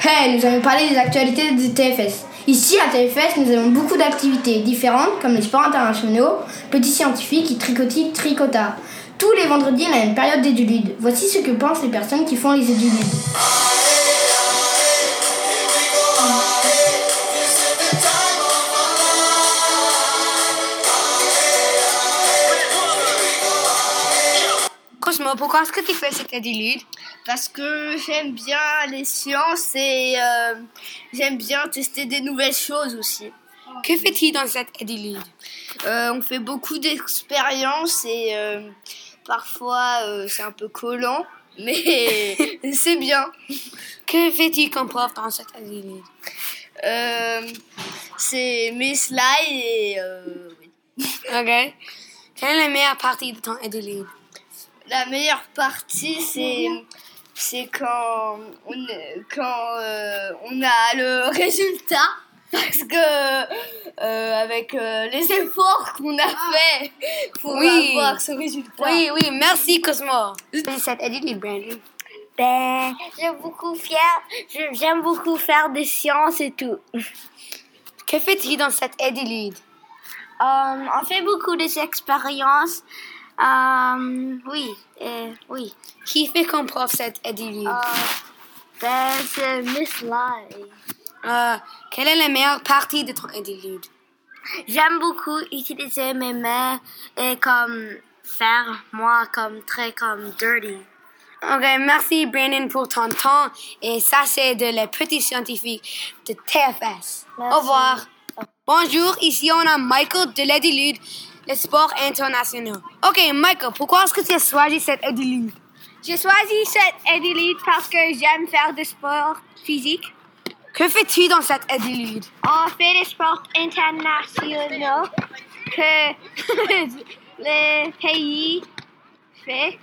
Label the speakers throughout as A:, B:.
A: Hey, nous allons parler des actualités du TFS. Ici, à TFS, nous avons beaucoup d'activités différentes, comme les sports internationaux, petits scientifiques et tricotis tricotard. Tous les vendredis, on a une période d'édulude. Voici ce que pensent les personnes qui font les éduludes.
B: Cosmo, pourquoi est-ce que tu fais cette édulude
C: parce que j'aime bien les sciences et euh, j'aime bien tester des nouvelles choses aussi.
B: Que fait-il dans cette édulude
C: Euh, on fait beaucoup d'expériences et euh, parfois euh, c'est un peu collant, mais c'est bien.
B: Que fait-il comme prof dans cette édulude
C: Euh, c'est mes slides et euh, oui.
B: Ok. Quelle est la meilleure partie de ton édulude
C: la meilleure partie c'est c'est quand on quand euh, on a le résultat parce que euh, avec euh, les efforts qu'on a
D: Ah.
C: fait pour
B: Oui.
C: avoir ce résultat
B: Oui, oui, merci Cosmo. Cette édulude, Brandon.
D: Ben, j'aime beaucoup faire, je- j'aime beaucoup faire des sciences et tout.
B: Que fait-il dans cette édulude
D: Euh, on fait beaucoup des expériences. Euh, oui, euh, oui.
B: Qui fait comme prof cette édulude
D: Euh, ben, c'est Miss Lai.
B: Euh, Quelle est la meilleure partie de ton édulude
D: J'aime beaucoup utiliser mes mains et comme faire moi comme très comme dirty.
B: Ok, merci Brandon pour ton temps. Et ça, c'est de les petits scientifiques de TFS. Au revoir. Bonjour, ici on a Michael de l'Edilude, le sport international. Ok, Michael, pourquoi est-ce que tu as choisi cette Edilude
D: J'ai choisi cette édilite parce que j'aime faire des sports physiques.
B: Que fais-tu dans cette Edilude
D: On fait des sports internationaux que le pays fait.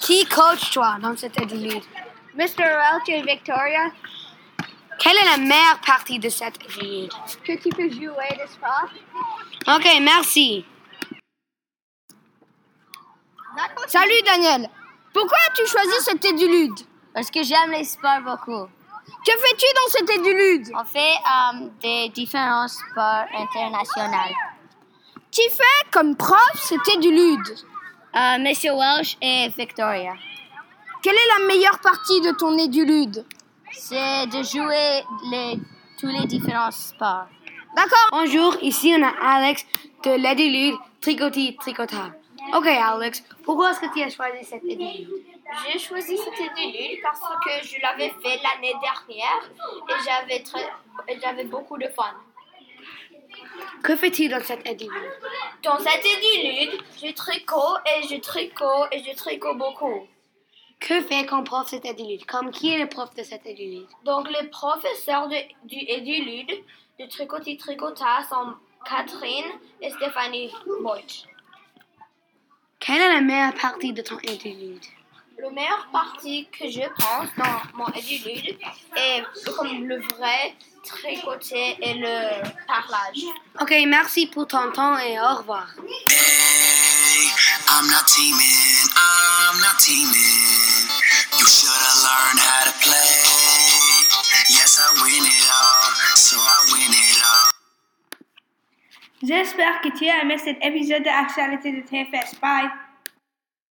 B: Qui coach toi dans cette Edilude
D: Mr. Welch et Victoria,
B: Quelle est la meilleure partie de cette Edilude
D: que tu peux jouer des sports.
B: Ok, merci.
A: Salut Daniel Pourquoi as-tu choisi cette édulude
D: Ah. Parce que j'aime les sports beaucoup.
A: Que fais-tu dans cette édulude
D: On fait euh, des différents sports internationaux.
A: Qui fait comme prof cette édulude
D: Euh, Mr. Welch et Victoria,
A: Quelle est la meilleure partie de ton édulude
D: c'est de jouer les, tous les différents sports.
A: D'accord
B: Bonjour, ici on a Alex de l'Edilude, tricotis tricotable. Ok, Alex, pourquoi est-ce que tu as choisi cette Edilude
E: J'ai choisi cette édulule parce que je l'avais fait l'année dernière et j'avais très- et j'avais beaucoup de fun.
B: Que fais-tu dans cette édulure
E: Dans cette édulule, je tricot et je tricot et je tricot beaucoup.
B: Que fait qu'on prof cette édulure Comme qui est le prof de cette édulure
E: Donc les professeurs de- du édulule, du tricotis tricota sont Catherine et Stéphanie Moich.
B: Quelle est la meilleure partie de ton édulure
E: Le meilleur parti que je pense dans mon édulule est comme le vrai tricoter et le parlage.
B: Ok, merci pour ton temps et au revoir.
F: I'm not teaming, I'm not teaming. You should have learned how to play. Yes, I win it all, so I win it all.
G: J'espère que tu as aimé cet épisode de Actualité de TFS. Bye!